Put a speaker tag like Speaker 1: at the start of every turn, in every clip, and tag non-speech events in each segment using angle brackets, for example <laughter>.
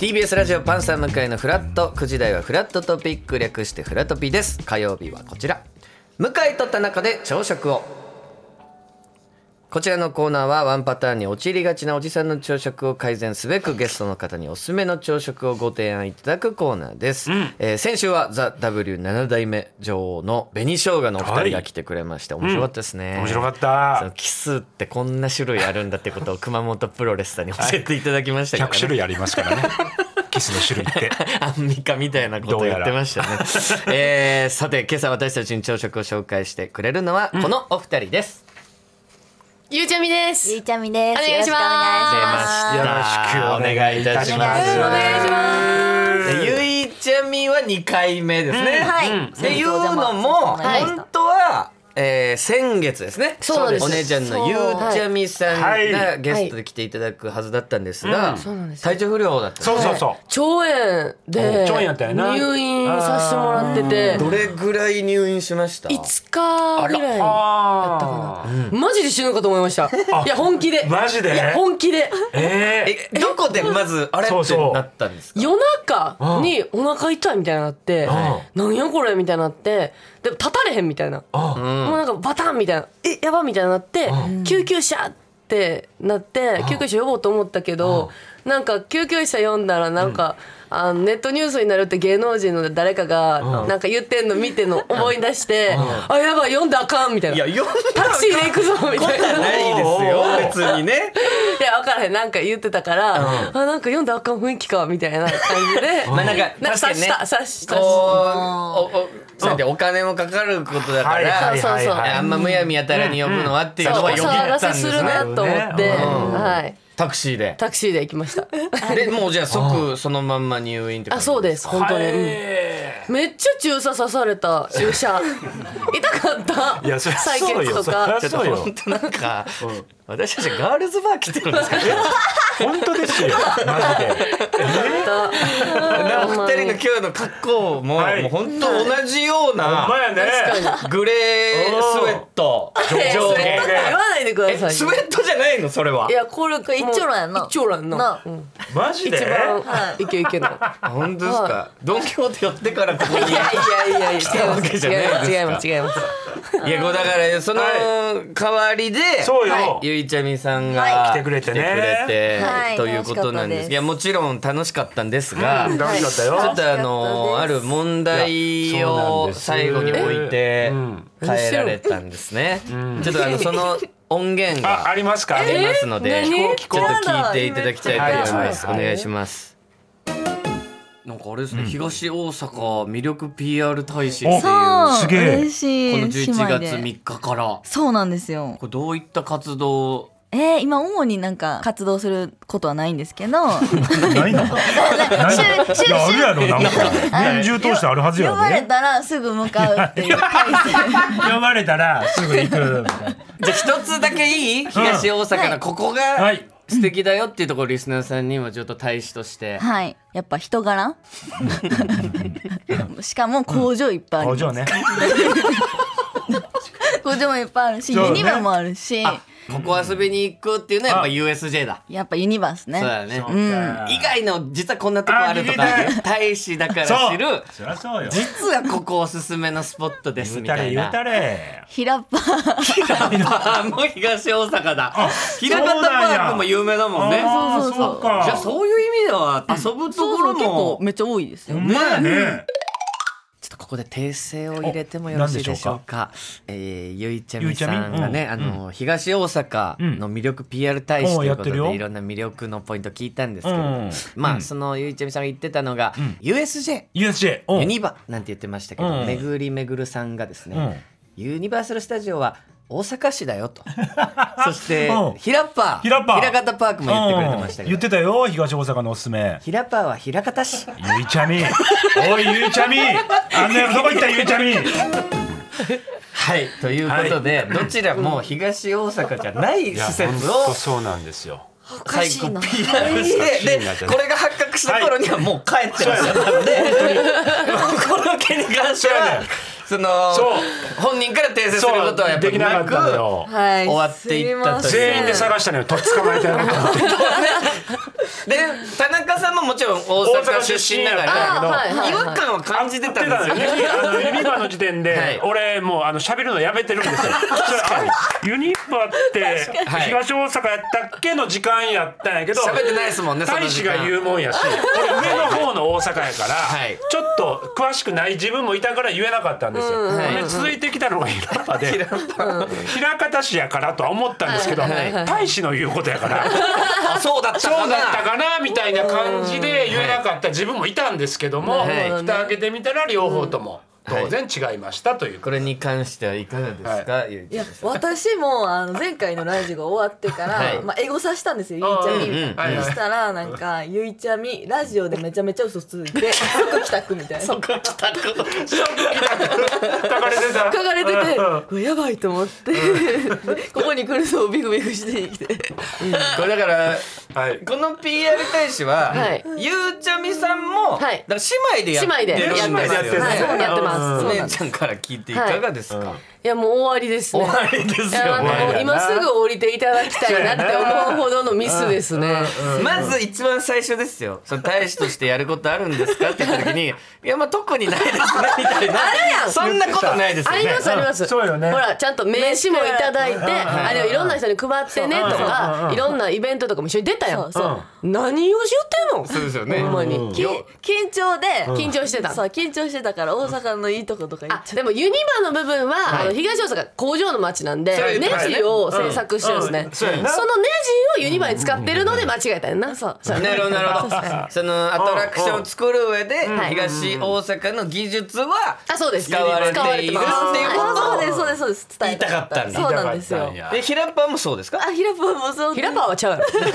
Speaker 1: TBS ラジオパンサー向かいのフラット9時台はフラットトピック略してフラトピーです火曜日はこちら向井と田中で朝食をこちらのコーナーはワンパターンに陥りがちなおじさんの朝食を改善すべくゲストの方におすすめの朝食をご提案いただくコーナーです、えー先週はザ・ W7 代目女王の紅生姜のお二人が来てくれまして、面白かったですね、
Speaker 2: 面白かっ
Speaker 1: その
Speaker 2: た
Speaker 1: キスってこんな種類あるんだってことを熊本プロレスさんに教えていただきま
Speaker 2: <laughs>
Speaker 1: したから、
Speaker 2: 100種類ありますからねキスの種類って
Speaker 1: <laughs> アンミカみたいなことを言ってましたね。
Speaker 2: <laughs>
Speaker 1: えーさて、今朝私たちに朝食を紹介してくれるのは、このお二人です。
Speaker 3: ゆうちゃみです。
Speaker 4: ゆいちゃみです。
Speaker 3: お願いします
Speaker 4: よろく
Speaker 1: 出
Speaker 4: お願いし
Speaker 1: ま
Speaker 2: よろしくお願いいた
Speaker 1: した。
Speaker 2: します
Speaker 1: お願いします
Speaker 2: うん
Speaker 1: でゆいちゃみは2回目ですね。
Speaker 4: はい
Speaker 1: うんっていうのも、
Speaker 4: はい
Speaker 1: 本当は、えー先月ですね
Speaker 3: そうなんです
Speaker 1: お姉ちゃんのゆうちゃみさん
Speaker 2: はい
Speaker 1: がゲストで来ていただくはずだったんですが、
Speaker 3: そうなんですよ
Speaker 1: 体調不良だったんですね
Speaker 2: そうそうそう
Speaker 3: 腸炎で
Speaker 2: 腸炎やったよな
Speaker 3: 入院させてもらってて
Speaker 1: どれぐらい入院しました
Speaker 3: 5日ぐらい
Speaker 2: あー
Speaker 3: マジで死ぬかと思いましたいや本気で
Speaker 2: マジで
Speaker 3: いや本気で
Speaker 2: えー
Speaker 1: えどこでまずあれっ
Speaker 2: そう
Speaker 1: て
Speaker 2: そう
Speaker 1: なったんですか
Speaker 3: 夜中にお腹痛いみたいになって「なんやこれ」みたいになってでも立たれへんみたいな
Speaker 2: あー
Speaker 3: もうなんかバタンみたいな「えやば」みたいになって救急車ってなって救急車呼ぼうと思ったけどなんか救急車呼んだらなんか、あのネットニュースになるって芸能人の誰かがなんか言ってんの見てんの思い出して「あやばい呼んだらあかん」み
Speaker 1: <laughs>
Speaker 3: たいな「
Speaker 1: いや呼んだ
Speaker 3: タクシーで行くぞ」みたいな。 <laughs>
Speaker 1: ない
Speaker 3: い
Speaker 1: ですよ別にね
Speaker 3: や分からへんなんか言ってたから、あなんか読んだらあかん雰囲気かみたいな感じで
Speaker 1: まあなんか
Speaker 3: なんか
Speaker 1: 確か
Speaker 3: 察
Speaker 1: にね
Speaker 3: した察した
Speaker 1: こう
Speaker 3: そ
Speaker 1: おおそうやってお金もかかることだか
Speaker 2: はい
Speaker 1: ら、
Speaker 2: はい
Speaker 3: そう
Speaker 2: はい
Speaker 3: そう
Speaker 2: はい
Speaker 1: あんまむやみやたらに呼ぶのはっていう
Speaker 3: う
Speaker 1: の
Speaker 3: お
Speaker 1: はよぎっ
Speaker 3: 騒が
Speaker 1: たん
Speaker 3: せ
Speaker 1: ですす
Speaker 3: るな
Speaker 1: ね
Speaker 3: と思って、
Speaker 2: うん
Speaker 3: はい
Speaker 1: タクシーで
Speaker 3: タクシーで行きました。
Speaker 1: でもうじゃあ即そのまんま入院って
Speaker 3: あそう
Speaker 1: で
Speaker 3: です本当に、
Speaker 2: へ
Speaker 3: うんめっちゃ注射刺された注 <laughs> 射痛かった
Speaker 2: ーいやそりゃ
Speaker 3: 採
Speaker 2: そう
Speaker 3: 血
Speaker 2: よ
Speaker 3: と
Speaker 2: そりゃ
Speaker 3: か
Speaker 2: そうよ
Speaker 1: 本当なんか、私たちガールズバー来てるんですか
Speaker 3: <laughs>
Speaker 1: ね
Speaker 2: 本当ですよマジで
Speaker 1: お二人の今
Speaker 3: お
Speaker 1: 日の格好も、
Speaker 2: はい
Speaker 1: もう本当同じような、
Speaker 2: まやね
Speaker 1: グレースウェット上
Speaker 3: 上
Speaker 1: 下
Speaker 3: 下言わないでくだ
Speaker 1: え
Speaker 3: さい
Speaker 1: スウェットじゃないのそれはい
Speaker 3: やこれ一
Speaker 4: 丁羅やんな
Speaker 3: 一丁羅やんな
Speaker 4: な
Speaker 3: うん
Speaker 2: マジ
Speaker 3: 一
Speaker 2: で
Speaker 3: 番、、
Speaker 4: はい
Speaker 3: けいけのい
Speaker 1: 本当ですかドン・キホーテ寄ってからここに
Speaker 3: やいやいやいや
Speaker 1: 来たわけじゃないですか
Speaker 3: 違います違います違います
Speaker 1: いやこうだからその
Speaker 2: は
Speaker 1: 代わりで
Speaker 2: そうよ
Speaker 1: はいゆいちゃみさん
Speaker 4: は
Speaker 1: が
Speaker 2: い来てくれてね
Speaker 1: 来てくれて
Speaker 4: はい
Speaker 1: ということなんです
Speaker 4: 楽しかったです
Speaker 1: いやもちろん楽しかったんですが
Speaker 2: うん
Speaker 1: ち
Speaker 2: 楽しかったよ、
Speaker 1: ょっとあ
Speaker 4: 楽しか
Speaker 1: の
Speaker 4: った
Speaker 1: あ
Speaker 4: です
Speaker 1: る問題を最後に置いて
Speaker 2: うん
Speaker 1: 変えられたんですねちょっとあのその音源
Speaker 2: ああ
Speaker 1: が
Speaker 2: りますか
Speaker 1: ありますので
Speaker 3: えー何
Speaker 1: ちょっと聞いていただきたいと思いますお
Speaker 2: はい
Speaker 1: 願いしますなんかあれですね東大阪魅力 PR 大使っていうこ
Speaker 4: ま
Speaker 1: の
Speaker 4: す。
Speaker 2: すげえ
Speaker 4: 嬉しい。
Speaker 1: 11月
Speaker 4: 姉妹で
Speaker 1: 3日から
Speaker 4: そうなんですよ。
Speaker 1: これどういった活動
Speaker 4: えー、今主になんか活動することはないんです
Speaker 3: <laughs>
Speaker 4: けど、
Speaker 2: ないのないのいやあるやろなんか年中通してあるはずや
Speaker 4: 呼ばれ
Speaker 2: ね
Speaker 4: たらすぐ向か
Speaker 3: <laughs>
Speaker 4: うっていう体制。
Speaker 2: 呼ばれたらすぐ行くみたい
Speaker 1: じゃあ一つだけいい東大阪
Speaker 4: は
Speaker 1: の
Speaker 4: い
Speaker 1: ここ
Speaker 2: なは
Speaker 1: が
Speaker 2: い
Speaker 1: 素敵だよっていうところリスナーさんにもちょっと大使として
Speaker 4: はい。やっぱ
Speaker 3: <laughs>
Speaker 4: 人柄。 <laughs> しかも工場いっぱいある
Speaker 2: 工。場ね
Speaker 4: 工場もいっぱいあるし、
Speaker 2: そうね
Speaker 4: ユニバもあるし、
Speaker 1: あここ遊びに行くっていうのはやっぱ USJ だ
Speaker 4: やっぱユニバースね
Speaker 1: そう。だね
Speaker 2: うん
Speaker 1: 以外の実はこんなとこあるとか
Speaker 2: あ聞き
Speaker 1: 大使だから
Speaker 2: そう
Speaker 1: 知る
Speaker 2: そりゃそうよ
Speaker 1: 実はここおすすめのスポットです
Speaker 2: 言う
Speaker 1: み
Speaker 2: た
Speaker 1: た
Speaker 2: れ言
Speaker 1: い
Speaker 2: う
Speaker 1: な
Speaker 2: たれ
Speaker 4: 平っぱ。
Speaker 1: あ <laughs> もう東大阪だ <laughs> 平方パークも有名だもんねじ
Speaker 2: あー
Speaker 4: そうそうそう
Speaker 2: そうか
Speaker 1: ゃあそういう意味では遊ぶと
Speaker 4: そう
Speaker 1: こ
Speaker 4: そ
Speaker 1: ろ
Speaker 4: う結構
Speaker 1: も
Speaker 4: めっちゃ多いですよ。
Speaker 2: ほんまやね
Speaker 1: ちょっとここで訂正を入れてもよろしいでしょうか。えーゆいちゃみさんが
Speaker 2: ゆ
Speaker 1: ね、
Speaker 2: いち
Speaker 1: あ
Speaker 2: ゃみうん
Speaker 1: の、東大阪の魅力 PR 大使
Speaker 2: うん
Speaker 1: ということ
Speaker 2: おーやってる
Speaker 1: で、
Speaker 2: よ
Speaker 1: いろんな魅力のポイント聞いたんですけれど
Speaker 2: う
Speaker 1: も
Speaker 2: ん、う
Speaker 1: まあ、
Speaker 2: ん
Speaker 1: そのゆいちゃみさんが言ってたのが、USJ、
Speaker 2: USJ
Speaker 1: ユニバなんて言ってましたけど、
Speaker 2: うん
Speaker 1: めぐりめぐるさんがです
Speaker 2: うん
Speaker 1: ね、ユニバーサル・スタジオは大阪市だよ <laughs> と。そして
Speaker 2: うん、
Speaker 1: ひらっぱ、
Speaker 2: ひらっぱ
Speaker 1: 平方パークも言ってくれてました
Speaker 2: うん
Speaker 1: け
Speaker 2: 言
Speaker 1: ど
Speaker 2: っ、てたよ東大阪のおすすめ
Speaker 1: ひらっぱは平方市。
Speaker 2: ゆいちゃ
Speaker 1: <laughs>
Speaker 2: みおいゆいちゃみあんなやどこ行ったゆいちゃみ
Speaker 1: はい、ということで、どちらも東大阪じゃない施設を
Speaker 2: そうなんですよ
Speaker 1: 最後 PR して
Speaker 2: おかしいな
Speaker 1: でこれが発覚した頃にはもう帰ってらっしゃったので、もうこの件に関してはその
Speaker 2: そう
Speaker 1: 本人から訂正する
Speaker 2: そ
Speaker 1: ことはや
Speaker 2: う
Speaker 1: っぱ
Speaker 2: で
Speaker 1: り
Speaker 2: きなか
Speaker 1: な
Speaker 2: っ
Speaker 1: く
Speaker 2: たのよ
Speaker 3: はい、
Speaker 1: 終わっていったと
Speaker 3: すいません
Speaker 2: 全員で探したのよとっ捕まえてやろうと思って
Speaker 1: で田中さんももちろん大阪出身だ
Speaker 2: 大
Speaker 1: か
Speaker 2: 阪出身や
Speaker 1: ら
Speaker 2: から
Speaker 3: はいはいはい
Speaker 1: 違和感は感じてたんですよね
Speaker 2: ユニあのユニバの時点で、
Speaker 1: はい
Speaker 2: 俺もうあの喋るのやめてるんですよ。それあれユニバって
Speaker 1: はい
Speaker 2: 東大阪やったっけの時間やったんやけど。
Speaker 1: 喋ってないですもんねその
Speaker 2: 大使
Speaker 1: 時間
Speaker 2: が言うもんやし、俺上の方の大阪やから、
Speaker 1: はい
Speaker 2: ちょっと詳しくない自分もいたから言えなかったんですよ。
Speaker 1: はい
Speaker 2: で続いてきたのが平方で、平方市やからとは思ったんですけど、
Speaker 1: はい
Speaker 2: 大使の言うことやから。
Speaker 1: あそうだった
Speaker 2: そう
Speaker 1: か
Speaker 2: だった
Speaker 1: な
Speaker 2: かなみたいな感じで言えなかった自分もいたんですけども、
Speaker 1: はい
Speaker 2: 蓋開けてみたら両方とも
Speaker 1: うん
Speaker 2: 当然違いましたという
Speaker 1: こ
Speaker 2: か、
Speaker 1: れに関してはいかがですか、ゆう
Speaker 4: い
Speaker 1: き
Speaker 4: や
Speaker 1: さん
Speaker 4: 私もあの前回のラジオが終わってから、
Speaker 1: はい
Speaker 4: まあ、エゴさしたんですよゆいちゃみ
Speaker 1: うんうんうん
Speaker 2: はいはい
Speaker 4: そしたらなんかゆいちゃみラジオでめちゃめちゃ嘘ついて即帰宅みたいな書
Speaker 1: こ来たこと
Speaker 2: 抱かれてた
Speaker 4: かれててうわやばいと思ってここに来るのをビクビクしてきて
Speaker 1: これだから
Speaker 2: はい
Speaker 1: この PR 大使は、
Speaker 3: はい
Speaker 1: ゆうちゃみさんも、
Speaker 3: はい
Speaker 1: だから姉妹でや
Speaker 3: 姉
Speaker 1: っ
Speaker 3: 妹で
Speaker 1: て
Speaker 3: や
Speaker 1: る
Speaker 3: っ
Speaker 1: んで
Speaker 3: てますす、
Speaker 1: よ
Speaker 2: そう
Speaker 1: ね、
Speaker 3: はい、やってます、
Speaker 1: お
Speaker 3: そう
Speaker 1: 姉
Speaker 3: なんです
Speaker 1: ちゃんから聞いていかがですか、
Speaker 3: いやもう終わりですね
Speaker 1: 終わりです
Speaker 3: いや
Speaker 1: よ
Speaker 3: なんかも
Speaker 2: 終わりだ
Speaker 3: う
Speaker 2: な
Speaker 3: 今すぐ降りていただきたいなって思うほどのミスですね。
Speaker 1: まず一番最初ですよ。その大使としてやることあるんですかって言った時に、いやまあ特にないですねみたいな。
Speaker 3: あるやん
Speaker 1: そんなことないですよ
Speaker 3: あ
Speaker 1: ね。
Speaker 3: りますあります。
Speaker 2: そうよね
Speaker 3: ほらちゃんと名刺もいただいて、あれをいろんな人に配ってねとか、いろんなイベントとかも一緒に出たやん。何を言ってん
Speaker 1: そう
Speaker 3: の？
Speaker 1: ですよね。
Speaker 3: ほんまに
Speaker 1: うん
Speaker 4: き緊張で
Speaker 3: 緊張してた。
Speaker 4: そう緊張してたから大阪のいいとことか言っ
Speaker 3: あ
Speaker 4: ちゃ
Speaker 3: でもユニバの部分は、
Speaker 1: い
Speaker 3: あの東大阪工場の町なんで
Speaker 1: それ言
Speaker 3: ネ
Speaker 1: ってましたね
Speaker 3: ジを制作してるんですね、
Speaker 2: うんうん
Speaker 3: そ
Speaker 2: そう
Speaker 3: の
Speaker 2: や
Speaker 3: ネ
Speaker 2: な
Speaker 3: ジをユニバに使ってるので間違えたよな、そうそう
Speaker 1: なるほどなるほど。そのアトラクションを作る上で
Speaker 3: ん
Speaker 1: 東大阪の技術は
Speaker 3: あそうです
Speaker 1: 使われているっていう
Speaker 3: 使われて
Speaker 1: こ
Speaker 3: ま
Speaker 4: う
Speaker 1: と
Speaker 4: そ
Speaker 1: を
Speaker 4: うですそうですそうです伝えたかっ
Speaker 1: 言
Speaker 4: た
Speaker 1: いた
Speaker 4: そうなんですよ
Speaker 1: で平パンもそうですか。
Speaker 4: あひらぽんもそ
Speaker 3: す
Speaker 4: う
Speaker 3: 平パーはちゃう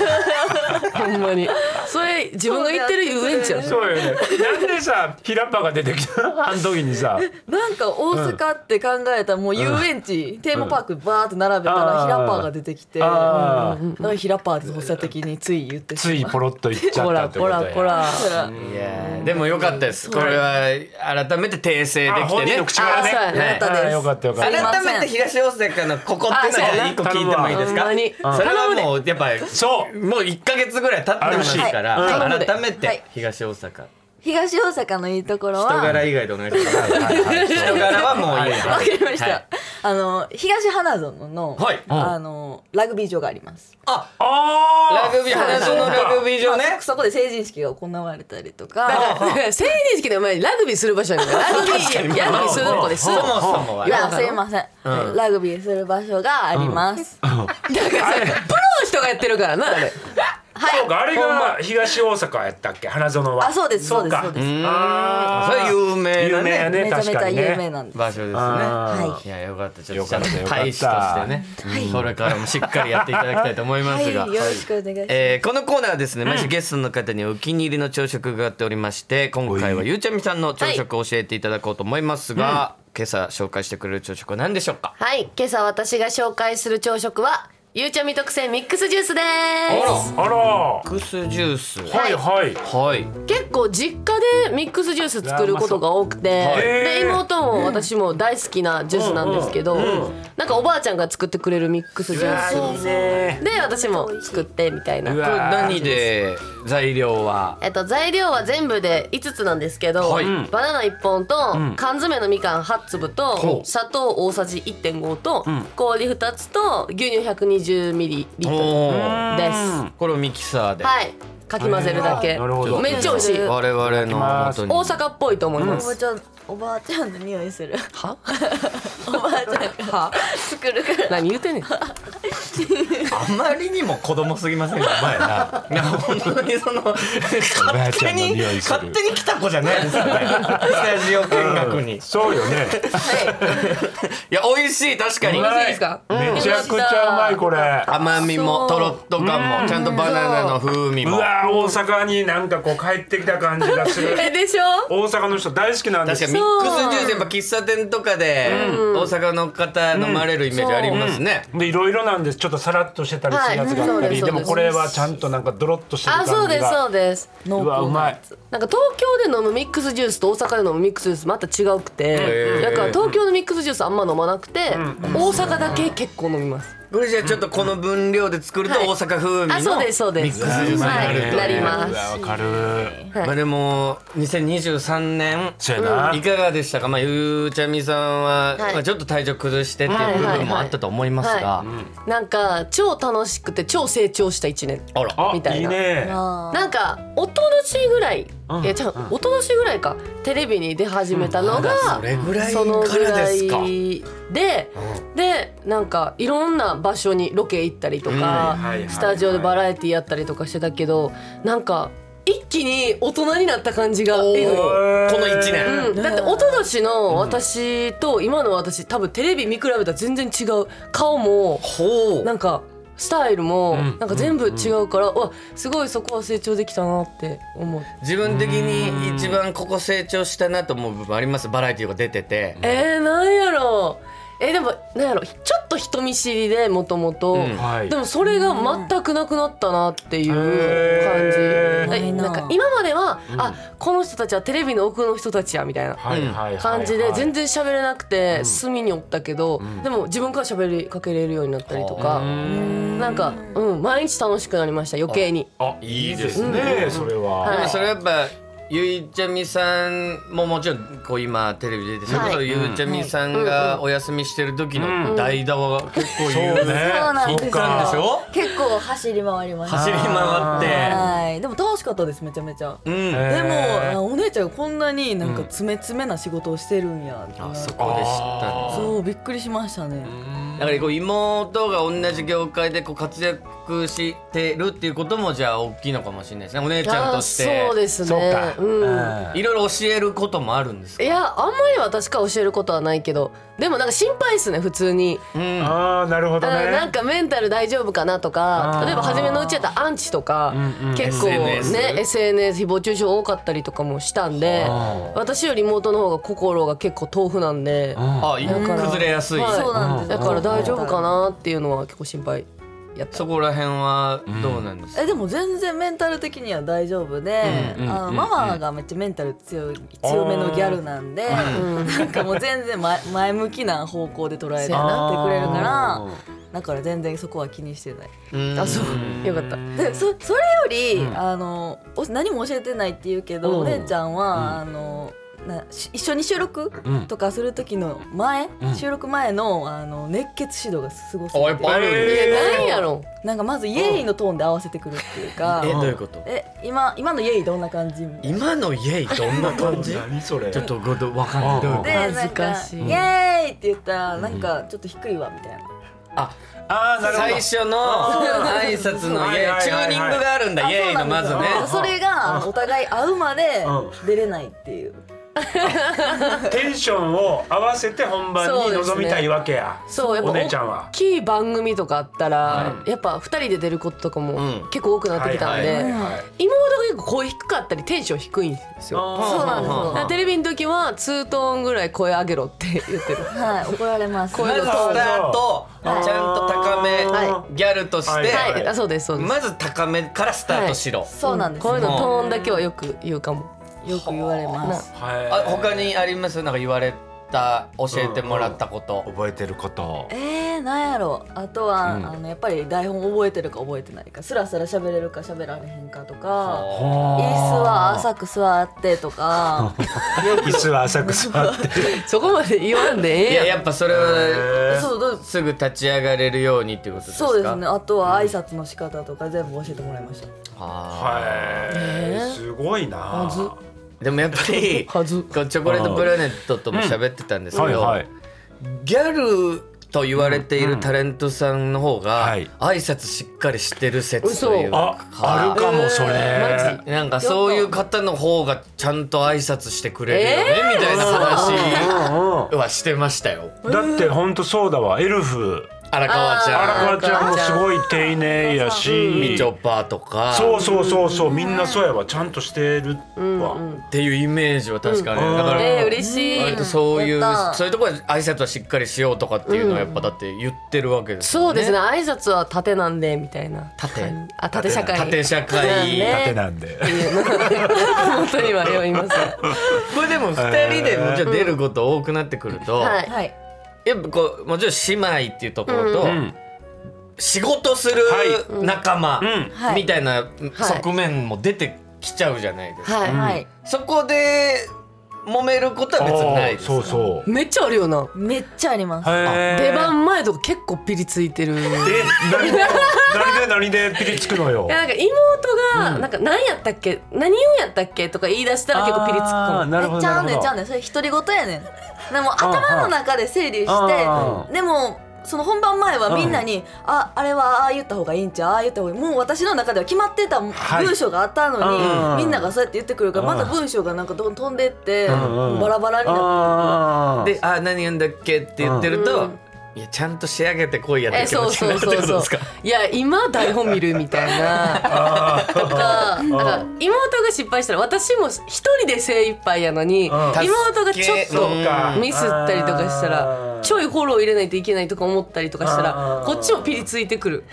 Speaker 3: や
Speaker 4: <laughs>
Speaker 3: ろほんまにそれ自分が言ってる遊園地やろ
Speaker 2: そうよねなんでさ平パが出てきたあの時にさ
Speaker 4: なんか大阪って考えたらもう遊園地、テーマパークバーって並べた
Speaker 2: あ
Speaker 4: ら
Speaker 2: ー
Speaker 4: ヒラパーが出てきてだか
Speaker 2: あー
Speaker 4: らヒラパーって発作的につい言ってし
Speaker 2: ついポロッといっちゃ
Speaker 3: こ
Speaker 2: っ
Speaker 3: ら
Speaker 2: たって
Speaker 3: こ
Speaker 2: ことや
Speaker 3: らこら
Speaker 4: まった
Speaker 1: いやーでも良かったです。これは改めて訂正で
Speaker 2: あ
Speaker 1: きて
Speaker 2: 本人
Speaker 1: ね
Speaker 2: の。口からね
Speaker 3: あそうや
Speaker 1: ね
Speaker 2: あーよかったよかっ
Speaker 4: あ
Speaker 2: た
Speaker 4: ら
Speaker 1: 改めて東大阪のここっていうのは一個聞いてもいいですか。
Speaker 3: あ
Speaker 1: そ
Speaker 3: そうや
Speaker 1: れはもうやっぱり
Speaker 2: そう
Speaker 1: もう1か月ぐらい経ってますから、
Speaker 2: あるし
Speaker 4: はい
Speaker 1: 改め
Speaker 4: は
Speaker 1: て
Speaker 4: い
Speaker 1: 東大阪、
Speaker 4: 東大阪のいいところ
Speaker 1: 人
Speaker 4: は
Speaker 1: 柄以外でお願いします、人柄はもういいです
Speaker 4: わかりました、
Speaker 1: はい
Speaker 4: あの東花園の、
Speaker 1: はい
Speaker 4: あのラグビー場があります
Speaker 1: あ
Speaker 2: あ
Speaker 1: ラグビー花園ラグビー場ね
Speaker 4: まあそそこで成人式が行われたりと
Speaker 3: だ
Speaker 4: か
Speaker 3: から成人式の前にラグビーする場所やねんからラグビーやラグビーするとこです
Speaker 1: そもそもはい
Speaker 4: やすいません、ラグビーする場所があります、
Speaker 3: だからさプロの人がやってるからなあれ
Speaker 4: はい
Speaker 2: そうかあれが東大阪やったっけ花園は
Speaker 4: あそうですそうです
Speaker 2: か
Speaker 4: そうです
Speaker 2: あー
Speaker 1: それ有名なね
Speaker 2: 有名やね
Speaker 4: めちゃめ
Speaker 2: 確
Speaker 4: ち
Speaker 2: か
Speaker 4: ゃ
Speaker 2: にね
Speaker 4: 有名なんです
Speaker 1: 場所ですね
Speaker 2: あー
Speaker 4: はい
Speaker 1: やよかったちょ
Speaker 2: よ
Speaker 1: っと
Speaker 2: かったよかった
Speaker 1: 大使としてね、これからもしっかりやっていただきたいと思いますが、
Speaker 4: はい、よろしくお願いします、
Speaker 1: えーこのコーナーはですね毎週ゲストの方にお気に入りの朝食があっておりまして今回はゆうちゃみさんの朝食を教えていただこうと思いますが、今朝紹介してくれる朝食は何でしょうか
Speaker 3: はい今朝私が紹介する朝食はゆうちゃみ特製ミックスジュースで
Speaker 1: あ
Speaker 2: あら
Speaker 1: らミックスジュース
Speaker 2: はいはい
Speaker 1: はい
Speaker 3: す結構実家でミックスジュース作ることが多くて、
Speaker 1: はい
Speaker 3: で
Speaker 2: へー
Speaker 3: 妹も私も大好きなジュースなんですけど、なんかおばあちゃんが作ってくれるミックスジュース
Speaker 2: ね
Speaker 3: で私も作ってみたいな
Speaker 2: う
Speaker 1: これ
Speaker 2: わ
Speaker 1: 何で材料は
Speaker 3: えっと、材料は全部で5つなんですけど、
Speaker 1: はい
Speaker 3: バナナ1本と、缶詰のみかん8粒と
Speaker 1: ほう
Speaker 3: 砂糖大さじ1.5と、氷2つと牛乳 120ml です。
Speaker 1: おー
Speaker 3: は
Speaker 1: これをミキサーで、
Speaker 3: いかき混ぜるだけ、
Speaker 2: あーなるほど
Speaker 3: めっちゃ美味しい大
Speaker 1: 我々の元に
Speaker 3: 阪っぽいと思いま
Speaker 4: おば
Speaker 3: す、
Speaker 4: ちゃんおばあちゃんの匂いする
Speaker 3: は
Speaker 4: <laughs> おばあちゃんが作るから
Speaker 3: 何言うてんねんは
Speaker 1: あまりにも子供すぎませんか前ないや本当にその
Speaker 2: ば
Speaker 1: 勝
Speaker 2: あち
Speaker 1: 手
Speaker 2: ゃんの
Speaker 1: に
Speaker 2: 匂いする
Speaker 1: 勝手に来た子じゃないですよねスタジオ見学に、い
Speaker 2: そうよね
Speaker 1: や美味し <laughs> い確かに
Speaker 3: うまいですか
Speaker 2: めちゃくちゃうまいこれうわ
Speaker 1: 甘みもとろっと感もちゃんとバナナの風味も
Speaker 2: ー大阪になんかこう帰ってきた感じがする
Speaker 3: いえでしょ
Speaker 2: 大阪の人大好きなんで
Speaker 1: 確
Speaker 2: す
Speaker 1: かにミックスジュースやっぱ喫茶店とかで大阪の方飲まれるイメージありますね、
Speaker 2: でいろいろなんですちょっとさらっとしてたりするやつがあった
Speaker 3: はいそうで
Speaker 2: り
Speaker 3: す
Speaker 2: でもこれはちゃんとなんかドロッとしてる
Speaker 3: あそう
Speaker 2: 感じ
Speaker 3: ですそ
Speaker 2: が
Speaker 3: うです
Speaker 2: うわうまい
Speaker 3: なんか東京で飲むミックスジュースと大阪で飲むミックスジュースまた違うくて
Speaker 1: へー
Speaker 3: だから東京のミックスジュースあんま飲まなくて大阪だけ結構飲みます
Speaker 1: これじゃあちょっとこの分量で作ると
Speaker 3: はい
Speaker 1: 大阪風味の、
Speaker 3: あそうですそうです
Speaker 1: ミックスジュースになると
Speaker 3: はいなります
Speaker 2: うわわかる
Speaker 1: まあでも2023年
Speaker 2: そうやない
Speaker 1: かがでしたか、まあ、ゆうちゃみさんは、
Speaker 3: はい
Speaker 1: まあ、ちょっと体調崩してって
Speaker 3: はい
Speaker 1: いう部
Speaker 3: はいはい
Speaker 1: 分もあったと思いますが、
Speaker 3: はいなんか超楽しくて超成長した1年
Speaker 1: あら
Speaker 2: あ
Speaker 3: みたい
Speaker 2: いい
Speaker 3: な
Speaker 2: ね
Speaker 3: なんか一昨年ぐらい、
Speaker 2: うん
Speaker 3: いやじゃあ一昨年ぐらいかテレビに出始めたのが、
Speaker 1: まだそれぐらい
Speaker 3: そのぐらい
Speaker 1: から
Speaker 3: で、でなんかいろんな場所にロケ行ったりと
Speaker 2: う
Speaker 3: か
Speaker 2: んはいはいはい
Speaker 3: スタジオでバラエティやったりとかしてたけどなんか一気に大人になった感じが
Speaker 1: おー
Speaker 3: えぐい
Speaker 1: この1年、
Speaker 3: うん、だって一昨年の私と今の私多分テレビ見比べたら全然違う顔も
Speaker 1: ほう
Speaker 3: なんかスタイルも
Speaker 2: ん
Speaker 3: なんか全部違うから、うわすごいそこは成長できたなって思う。
Speaker 1: 自分的に一番ここ成長したなと思う部分ありますバラエティーが出てて、
Speaker 3: えー、なんやろうえーでもなんやろちょっと人見知りでもともと
Speaker 1: ん
Speaker 2: はい
Speaker 3: でもそれが全くなくなったなっていう
Speaker 2: へー
Speaker 3: 感じ、え
Speaker 4: な
Speaker 3: ないん
Speaker 4: な
Speaker 3: か今までは、あこの人たちはテレビの奥の人たちやみたいな
Speaker 2: はいはいはいはい
Speaker 3: 感じで全然喋れなくて隅におったけど、でも自分から喋りかけれるようになったりとか、なんか、うん、毎日楽しくなりました余計に。
Speaker 2: あいいですねそれ
Speaker 1: で
Speaker 2: は
Speaker 1: もそれはやっぱゆいちゃみさんももちろんこう今テレビ出てそれこそ
Speaker 4: は
Speaker 1: ゆいちゃみさんがお休みしてる時の代打は結構
Speaker 2: そう
Speaker 1: 有名なんで
Speaker 2: ね
Speaker 4: そうなんです
Speaker 2: そ
Speaker 4: よ
Speaker 2: うか
Speaker 1: しょ
Speaker 4: 結構走り回りました
Speaker 1: 走り回っ
Speaker 4: はいでも楽しかったですめちゃめちゃ
Speaker 1: て、うん、
Speaker 2: へ
Speaker 1: あ
Speaker 2: ー
Speaker 4: でもあお姉ちゃんがこんなになんか詰め詰めな仕事をしてるんやってな
Speaker 1: そこでしたね
Speaker 4: そうびっくりしましたね
Speaker 1: だからこう妹が同じ業界でこう活躍してるっていうこともじゃあ大きいのかもしれないですねお姉ちゃんとし
Speaker 3: あー
Speaker 1: て
Speaker 3: そうです
Speaker 2: そう
Speaker 3: ね
Speaker 2: か
Speaker 3: うん
Speaker 1: いろいろ教えることもあるんですか
Speaker 3: いやあんまり私から教えることはないけどでもなんか心配ですね普通に、
Speaker 2: ああなるほど
Speaker 3: あ
Speaker 2: ね
Speaker 3: なんかメンタル大丈夫かなと
Speaker 2: あ
Speaker 3: か
Speaker 2: ー
Speaker 3: 例えば初めのうちやったらアンチとか、
Speaker 2: うんうん
Speaker 3: 結構
Speaker 1: SNS
Speaker 3: ね SNS 誹謗中傷多かったりとかもしたんで
Speaker 2: あ
Speaker 3: 私より妹の方が心が結構豆腐なんで
Speaker 2: うん
Speaker 1: あい崩れやすい、
Speaker 3: はい
Speaker 4: そうなんです
Speaker 3: だから大丈夫かなっていうのは結構心配やった
Speaker 1: そこら辺はどうなんですか、
Speaker 4: えでも全然メンタル的には大丈夫で、
Speaker 1: うんうん
Speaker 4: あの
Speaker 1: うん
Speaker 4: ママがめっちゃメンタル強い強めのギャルなんで、なんかもう全然前前向きな方向で捉えて
Speaker 3: そうや
Speaker 2: な
Speaker 4: ってくれるからだから全然そこは気にしてない。
Speaker 1: うん
Speaker 3: あそうよかった
Speaker 4: でそそれより、あのお何も教えてないって言うけど、
Speaker 1: うん
Speaker 4: お姉ちゃんは、あのなし一緒に収録
Speaker 2: うん
Speaker 4: とかする時の前、
Speaker 2: ん
Speaker 4: 収録前のあの熱血指導がすごす
Speaker 1: あ
Speaker 4: ぎ
Speaker 1: やっぱあ
Speaker 4: て
Speaker 1: るん
Speaker 2: え
Speaker 1: だ
Speaker 2: ー
Speaker 3: 何やろ
Speaker 4: なんかまずイエイのトーンで合わせてくるっていうか
Speaker 1: えどういうこと
Speaker 4: え今今のイエイどんな感じみたいな
Speaker 1: 今のイエイどんな感
Speaker 2: <laughs>
Speaker 1: じ
Speaker 2: 何それ
Speaker 1: ちょっとごどわかんないどういうこと
Speaker 4: で
Speaker 3: 恥ずかしい
Speaker 4: なんかイエーイって言ったらなんかちょっと低いわみたいな、
Speaker 1: あ
Speaker 2: ああなるほど
Speaker 1: 最初
Speaker 2: <laughs>
Speaker 1: の挨拶の
Speaker 2: は
Speaker 1: イエ
Speaker 2: いはいは
Speaker 1: イ
Speaker 2: いはい
Speaker 1: チューニングがあるんだイエイのまずね
Speaker 4: あそうなんですよそれがあのお互い会うまで
Speaker 2: うん
Speaker 4: 出れないっていう
Speaker 2: テンションを合わせて本番に臨みたいわけや。
Speaker 3: そうやっぱ
Speaker 2: お姉ちゃんは
Speaker 3: 大。きい番組とかあったら、やっぱ2人で出ることとかも
Speaker 1: うん
Speaker 3: 結構多くなってきたんで、
Speaker 2: はいはいはいはい
Speaker 3: 妹が結構声低かったりテンション低いんですよ。
Speaker 2: あー
Speaker 4: そうなんですよ
Speaker 3: だからテレビの時は2トーンぐらい声上げろって言ってる
Speaker 4: はい怒られます
Speaker 3: こう
Speaker 1: ま
Speaker 3: い
Speaker 1: ず
Speaker 3: う
Speaker 1: ス
Speaker 3: の
Speaker 1: タートちゃ
Speaker 2: はい
Speaker 1: んと高め
Speaker 2: は
Speaker 1: ギャルとして
Speaker 2: は
Speaker 3: はいあそうですそうです、
Speaker 1: まず高めからスタートしろ
Speaker 4: そうなんです
Speaker 3: こういう
Speaker 4: よ
Speaker 3: のトーンだけはよく言うかも
Speaker 4: よく言われます
Speaker 2: はい
Speaker 1: あ他にありますなんか言われた教えてもらったこと
Speaker 2: 覚えてること。
Speaker 4: えー、なんやろあとは、あのやっぱり台本覚えてるか覚えてないかスラスラ喋れるか喋られへんかとか椅子は浅く座ってとか
Speaker 2: 椅子は浅く座って。
Speaker 3: そこまで言わんでえ
Speaker 1: い
Speaker 3: えや
Speaker 1: や
Speaker 3: ん
Speaker 1: やっぱそれは
Speaker 4: そうどう
Speaker 1: すぐ立ち上がれるようにっていうことですか
Speaker 4: そうですねあとは挨拶の仕方とか全部教えてもらいました
Speaker 1: は
Speaker 2: はい。すごいな。
Speaker 1: いでもやっぱり
Speaker 3: はず
Speaker 1: こうチョコレートプラネットとも喋ってたんですけど、
Speaker 2: い。
Speaker 1: ギャルと言われているタレントさんの方が
Speaker 2: うんうん
Speaker 1: 挨拶しっかりしてる説という
Speaker 2: あ
Speaker 1: か、
Speaker 2: あるかもそ
Speaker 3: えーマ
Speaker 2: れ。
Speaker 1: なんかそういう方の方がちゃんと挨拶してくれるよね、みたいな話はしてましたよ。
Speaker 2: だって本当そうだわ。エルフ。
Speaker 1: 荒川ちゃん
Speaker 3: あ
Speaker 2: 荒川ちゃんもすごい丁寧や
Speaker 1: み
Speaker 2: し
Speaker 1: ちょぱとか
Speaker 2: そうそうそうそうみんなそうやわちゃんとしてるわ
Speaker 1: っていうイメージは確かに、
Speaker 2: うん
Speaker 1: だから、
Speaker 3: えー、嬉しい
Speaker 1: 割とそういう
Speaker 4: やった
Speaker 1: そういうところで挨拶はしっかりしようとかっていうのはやっぱだって言ってるわけです
Speaker 3: そ
Speaker 1: も
Speaker 3: うん
Speaker 1: ね
Speaker 3: ですね挨拶は縦なんでみたいな
Speaker 1: 縦
Speaker 3: あ縦社
Speaker 1: <laughs>
Speaker 3: 会
Speaker 1: 縦社会
Speaker 3: うんね
Speaker 5: 縦なんで
Speaker 3: っていうの <laughs> 本当にはよいません
Speaker 1: これでも2人でもちろん出ること多くなってくると、
Speaker 3: はい
Speaker 4: はい
Speaker 1: やっぱこうもちろん姉妹っていうところと、
Speaker 2: <laughs> ん
Speaker 1: 仕事する
Speaker 2: は
Speaker 1: 仲間
Speaker 2: ん
Speaker 4: はい
Speaker 1: みたいな
Speaker 3: はい
Speaker 1: 側面も出てきちゃうじゃないですか、
Speaker 3: は
Speaker 4: はい
Speaker 1: そこで揉めることは別にないです
Speaker 2: そうそ
Speaker 3: いめっちゃあるよな
Speaker 4: めっちゃあります
Speaker 2: うへー
Speaker 3: 出番前とか結構ピリついて
Speaker 2: え
Speaker 3: る
Speaker 2: 何で何で何でピリつくのよ
Speaker 3: いやなんか妹がなんか何やったっけ何をやったっけとか言い出したら結構ピリつく
Speaker 2: あー
Speaker 3: かも
Speaker 2: なるほど
Speaker 4: えちゃう
Speaker 2: な
Speaker 4: ね
Speaker 2: る
Speaker 4: ん
Speaker 2: ほ
Speaker 4: ち
Speaker 2: ど
Speaker 4: ゃうねんそれ独り言やねんでも頭の中で整理
Speaker 2: あーあ
Speaker 4: してでもその本番前はみんなに「ああれはああ言った方がいいんちゃうああ言った方がいい」もう私の中では決まってた文
Speaker 2: はい
Speaker 4: 章があった
Speaker 2: う
Speaker 4: の
Speaker 2: ん
Speaker 4: にみんながそうやって言ってくるからまた文章がなんかどんどん飛んでって
Speaker 2: んうん
Speaker 4: バラバラになっ
Speaker 2: あー
Speaker 1: で「あ何言うんだっけ?」って言ってると「いやちゃんと仕上げてこいや」っ
Speaker 3: え
Speaker 1: て気
Speaker 3: そ
Speaker 1: 持
Speaker 3: う
Speaker 1: ちに
Speaker 3: そ
Speaker 1: な
Speaker 3: う
Speaker 1: るって
Speaker 3: そう
Speaker 1: こと
Speaker 3: そ
Speaker 1: で
Speaker 3: う
Speaker 1: すか
Speaker 3: いや今台本見るみたいなとかなんか妹が失敗したら私も一人で精一杯やのに
Speaker 2: うん
Speaker 3: 妹がちょっ
Speaker 1: 助けそうか
Speaker 3: とミスったりとかした
Speaker 2: あ
Speaker 3: ら
Speaker 2: ー
Speaker 3: ちょいフォロー入れないといけないとか思ったりとかしたら
Speaker 2: あー
Speaker 3: こっちもピリついてくる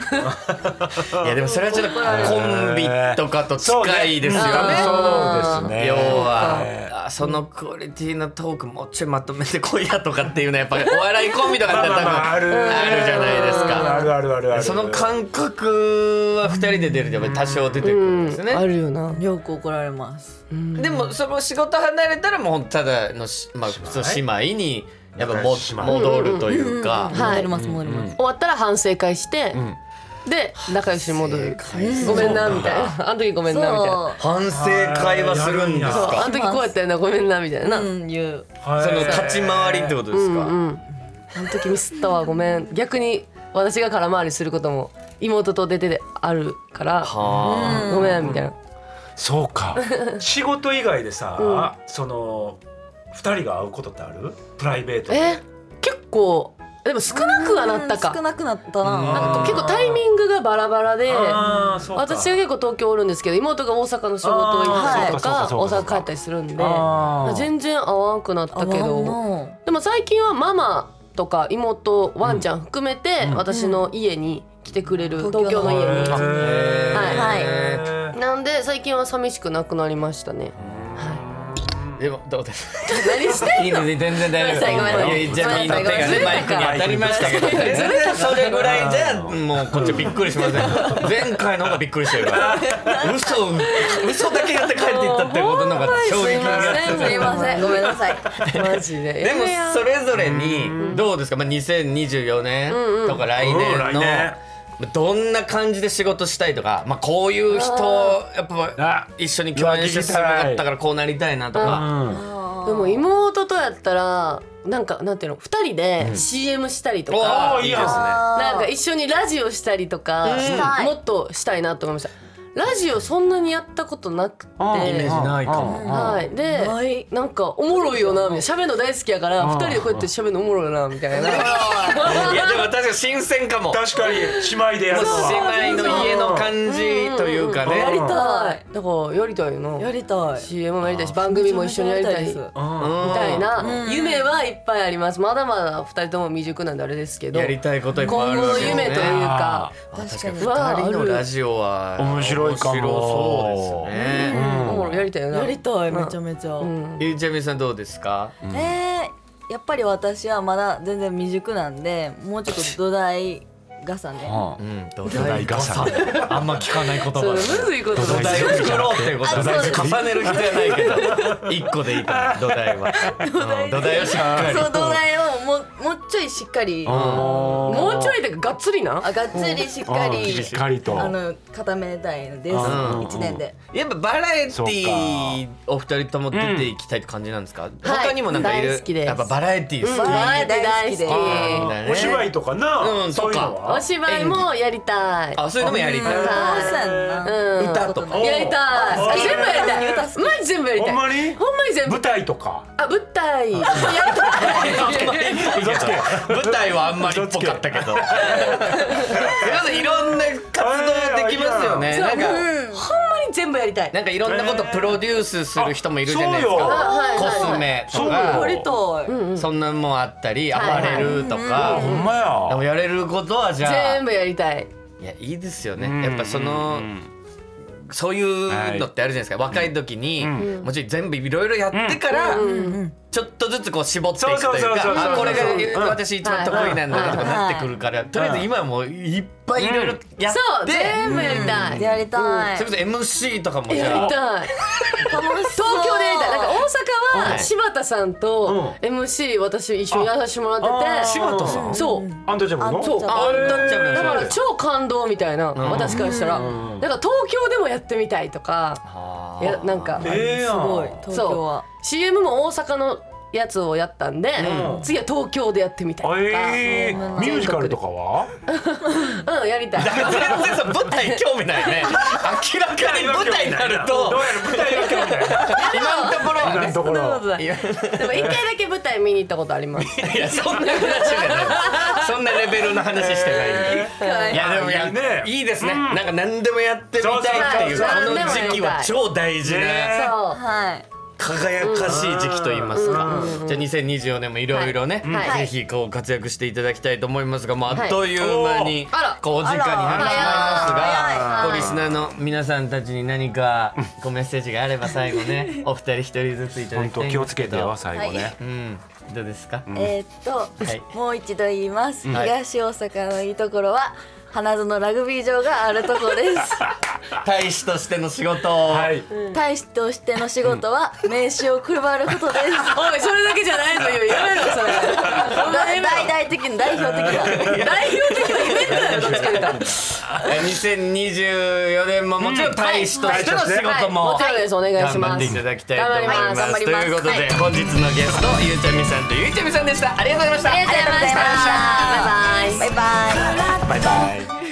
Speaker 1: いやでもそれはちょっとコンビとかと近いですよね。
Speaker 2: そうですね
Speaker 1: 要はあそのクオリティのトークもうちょいまとめてこいやとかっていうのはやっぱお笑いコンビとかだったら多分あるじゃないです
Speaker 2: ある
Speaker 1: か。
Speaker 2: あるあるある
Speaker 1: その感覚は二人で出るとやっぱり多少出てくるんですよ
Speaker 3: あ
Speaker 1: ね。
Speaker 3: るよな
Speaker 4: てよく怒られます
Speaker 1: でもその仕事離れたらもうただのしまあ普通姉妹にやっぱも
Speaker 2: 姉妹
Speaker 1: 戻るというか。
Speaker 3: はい
Speaker 4: 戻ります戻ります
Speaker 3: 終わったら反省会してで仲良しに戻るごめんなみたいなあの時ごめんなみたいな
Speaker 4: そ
Speaker 1: 反省会はするんです
Speaker 3: そう
Speaker 1: か
Speaker 3: あ。の時こうやったよなごめんなみたいな
Speaker 4: ううん言う
Speaker 2: はい
Speaker 1: その立ち回りってことですか。
Speaker 3: うん、あの時ミスったわごめん逆に私が空回りすることも妹と出てあるから
Speaker 1: はあ。
Speaker 3: ごめんみたいな
Speaker 2: そうか仕事以外でさ、その二人が会うことってあるプライベートで
Speaker 3: え結構でも少なくはなった
Speaker 4: うん少
Speaker 3: か
Speaker 4: なくなった
Speaker 2: うん
Speaker 4: な
Speaker 3: なんか結構タイミングがバラバラで
Speaker 2: あーそうか
Speaker 3: 私が結構東京おるんですけど妹が大阪の仕事行ったりと
Speaker 2: あーそうか
Speaker 3: か大
Speaker 2: そうかそうかそう
Speaker 3: 阪
Speaker 2: か
Speaker 3: 帰ったりするんで
Speaker 2: あー
Speaker 3: 全然合わんくなったけ
Speaker 4: 合わん
Speaker 3: ど
Speaker 4: の
Speaker 3: でも最近はママとか妹ワンちゃん含めて私の家に来てくれる東京の
Speaker 2: へ
Speaker 3: 家に
Speaker 2: ー
Speaker 4: はい
Speaker 3: なんで最近は寂しくなくなりましたね。
Speaker 1: でもどうですか。
Speaker 3: 何して
Speaker 1: いいです全然大丈夫です。
Speaker 3: ごめんなさいごめんなさい
Speaker 1: いやジャミーの手が
Speaker 3: ごめ
Speaker 1: ね
Speaker 3: んな
Speaker 1: マ
Speaker 3: さ
Speaker 1: イ
Speaker 3: い
Speaker 1: クに当たりましたけど、ね、全然それぐらいじゃもうこっちびっくりしません。 <laughs> 前回の方がびっくりしてるから。嘘を嘘だけやって帰っていったってことの方が衝撃があって。
Speaker 4: すいませんごめんなさい
Speaker 3: マジで。
Speaker 1: でも
Speaker 3: やめや
Speaker 1: それぞれにどうですか。まあ2024年とか来
Speaker 2: うん
Speaker 1: 年
Speaker 2: 来
Speaker 1: の。
Speaker 2: 年
Speaker 1: どんな感じで仕事したいとか、まあ、こういう人やっぱ
Speaker 2: あ
Speaker 1: 一緒に共演してすごかったからこうなりたいなとか、
Speaker 3: でも妹とやったらなんかなんていうの二人で CM したりと
Speaker 1: あ
Speaker 3: か、
Speaker 1: あいいですね
Speaker 3: なんか一緒にラジオしたりとか、
Speaker 4: たい
Speaker 3: もっとしたいなと思いました。ラジオそんなにやったことなくて。
Speaker 1: ないかも
Speaker 3: はい、で
Speaker 4: ない
Speaker 3: なんかおもろいよなみたいな喋るの大好きやから二人でこうやって喋るのおもろいよなみたいな
Speaker 1: いやでも確かに新鮮かももう
Speaker 2: 確かに姉妹でやるのは
Speaker 1: 姉妹の家の感じというか
Speaker 2: うんうんうんやり
Speaker 1: ね
Speaker 2: たい
Speaker 3: はいだからやりたいよな
Speaker 4: やりたい
Speaker 3: CM もやりたいし <laughs> 番組も一緒にやりたい
Speaker 4: め
Speaker 3: み
Speaker 4: ちゃめちゃやりたいです
Speaker 1: た
Speaker 3: たいな夢はいっぱいありますまだまだ二人とも未熟なんであれですけど
Speaker 1: やりたいこといっぱいあ
Speaker 3: 今
Speaker 1: るわ
Speaker 3: 後
Speaker 1: け
Speaker 3: の
Speaker 1: ですね
Speaker 3: 夢というか
Speaker 1: あ確
Speaker 4: 確
Speaker 1: か
Speaker 4: か
Speaker 1: に
Speaker 4: に
Speaker 1: 2人のラジオは
Speaker 2: 面白いかも
Speaker 1: 面白そうですね
Speaker 3: おもろいやりたいよな
Speaker 4: やりたい
Speaker 3: うん
Speaker 4: めちゃめちゃ、
Speaker 3: うん
Speaker 1: ゆうちゃみさんどうですか
Speaker 4: えーやっぱり私はまだ全然未熟なんでもうちょっと土台がさね
Speaker 1: うん土
Speaker 2: 台加算
Speaker 1: あんま聞かない言葉
Speaker 3: それむ
Speaker 1: ですね
Speaker 3: ずいこと
Speaker 1: 土
Speaker 3: だ
Speaker 1: 台を作ろうっていうことは
Speaker 4: あそうです
Speaker 1: 重ねる必要ないけど1個でいいから土台はうん土台をしっかり
Speaker 4: <laughs> そう土台をもうもうちょいしっかりあ
Speaker 3: も
Speaker 2: も
Speaker 3: うちょいだからがっつりな
Speaker 4: がっつりしっかり
Speaker 2: しっかりと
Speaker 4: あの固めたいのです
Speaker 2: あー
Speaker 4: 一年で
Speaker 1: やっぱバラエティーお二人とも出ていきたいって感じなんですか、他にもなんかいる、
Speaker 3: 大好きです
Speaker 1: やっぱバラエティー好き、
Speaker 4: ん
Speaker 3: バラエティ大好き
Speaker 4: 大好き
Speaker 1: あーだね
Speaker 2: お芝居とか
Speaker 1: う
Speaker 2: なんそういうの
Speaker 3: お
Speaker 2: は
Speaker 3: 芝居もやりたい
Speaker 1: あそういうのもやりたい、
Speaker 4: うん
Speaker 3: はい
Speaker 4: そうやんな
Speaker 3: うん
Speaker 1: 歌とか
Speaker 3: やりたい
Speaker 2: お
Speaker 3: あ全部やりたい
Speaker 4: 歌
Speaker 3: マ
Speaker 4: 好
Speaker 3: ジ全部やりたい
Speaker 2: ほんまに
Speaker 3: ほんまに全部
Speaker 2: 舞台とか
Speaker 3: あ舞台やりたい
Speaker 2: そ嘘つけ
Speaker 1: 舞台はあんまりっぽかったけどすいませんいろんな活動できますよね
Speaker 4: そう
Speaker 1: なんか、
Speaker 4: もうほんまに全部やりたい
Speaker 1: なんかいろんなことプロデュースする人もいるじゃないです
Speaker 2: あそうよ
Speaker 1: か
Speaker 4: はい
Speaker 1: コ
Speaker 4: はい
Speaker 1: スメと
Speaker 2: そうよ
Speaker 1: か
Speaker 4: 割と
Speaker 1: そんなもんあったりアパレルとか
Speaker 2: ほんま
Speaker 1: でも
Speaker 2: や
Speaker 1: やれることはじゃあ
Speaker 3: 全部やりたい
Speaker 1: いやいいですよね
Speaker 2: うん
Speaker 1: やっぱそのそういうのってあるじゃないですか若い時に
Speaker 2: うん
Speaker 1: もちろん全部いろいろやってからちょっとずつこう絞っていくという
Speaker 2: そうそうそうそう
Speaker 1: かあこれ
Speaker 2: そうそうそう
Speaker 1: が私一番得意なんだなとかなってくるからとりあえず今はもういっぱいいろいろやっ
Speaker 3: そう
Speaker 1: て
Speaker 3: 全部やりたい
Speaker 4: やりたい
Speaker 1: それこそ MC とかもじ
Speaker 3: や
Speaker 1: ゃ
Speaker 3: り
Speaker 1: あ
Speaker 3: たい
Speaker 4: 楽しそう
Speaker 3: 東京でやりたいなんか大阪
Speaker 1: は
Speaker 3: はい柴田さんと MC 私一緒にやらせてもらって
Speaker 2: あ
Speaker 3: て
Speaker 2: 柴田さん
Speaker 3: そう
Speaker 2: アンタッチャブルの
Speaker 4: そう
Speaker 1: あ
Speaker 2: へー
Speaker 1: アンタッチャブルの
Speaker 3: だから超感動みたいな私からしたら
Speaker 2: うん
Speaker 3: だから東京でもやってみたいとか
Speaker 1: あ
Speaker 3: い
Speaker 1: ー
Speaker 3: やなんか
Speaker 2: ええやん
Speaker 4: すごい東京は
Speaker 3: CM も大阪のやつをやったんで
Speaker 2: うん
Speaker 3: 次は東京でやってみたいとか
Speaker 2: ええミュージカルとかは
Speaker 3: うんやりたい
Speaker 1: 全然さ舞台興味ないね明らかに舞台になると
Speaker 2: どうやら舞台やってみたいな
Speaker 1: 今のところは
Speaker 2: 今
Speaker 1: ね
Speaker 2: のとこ
Speaker 4: そんなこと
Speaker 2: ろ
Speaker 4: ない
Speaker 3: でも一回だけ舞台見に行ったことあります
Speaker 1: いやそんな話じゃないそんなレベルの話してないんでいやでも
Speaker 2: いい
Speaker 1: や
Speaker 2: ね
Speaker 1: いいですねなんか何でもやってみたいっていう
Speaker 2: そ
Speaker 1: こ
Speaker 2: うそう
Speaker 3: そう
Speaker 1: の時期は超大事
Speaker 2: ね
Speaker 1: な
Speaker 3: そう
Speaker 4: はい
Speaker 1: 輝かしい時期と言いますかじゃあ2024年もいろいろね
Speaker 3: はいはい
Speaker 1: ぜひこう活躍していただきたいと思いますがもうあっという間に
Speaker 3: はいあら
Speaker 1: こうお時間になってしまい
Speaker 4: あ
Speaker 1: ま
Speaker 4: ら早
Speaker 1: す
Speaker 4: い
Speaker 1: がこうリスナーの皆さんたちに何かこうメッセージがあれば最後ねお二人一人ずついただ
Speaker 2: 本
Speaker 1: きた
Speaker 2: 当
Speaker 1: いんですけど
Speaker 2: 気をつけてよ最後ね
Speaker 1: うんどうですか
Speaker 4: えーっと、
Speaker 1: はい
Speaker 4: もう一度言います、
Speaker 1: はい
Speaker 4: 東大阪のいいところは花園ラグビー場があるところです
Speaker 1: 大使としての仕事を
Speaker 2: はい
Speaker 4: 大使としての仕事は名刺を配ることです
Speaker 3: おいそれだけじゃないのよやめろそれ
Speaker 4: <laughs>
Speaker 3: お前
Speaker 4: 大
Speaker 3: やめろ
Speaker 4: 々的な代表的な
Speaker 3: 代表的なイベントだよどっちか言ったら
Speaker 1: え2024年ももちろん大使としての仕事
Speaker 3: も
Speaker 1: も
Speaker 3: ちろんですお願いし
Speaker 1: 頑張
Speaker 3: ま
Speaker 1: っていた
Speaker 3: す
Speaker 1: だきたいと思います。
Speaker 4: 頑張ります
Speaker 1: ということで、
Speaker 4: はい
Speaker 1: 本日のゲストゆうちゃみさんとゆいちゃみさんでした。ありがとうございました。
Speaker 4: ありがとうございましたバイバイバイバイ
Speaker 2: バイバイ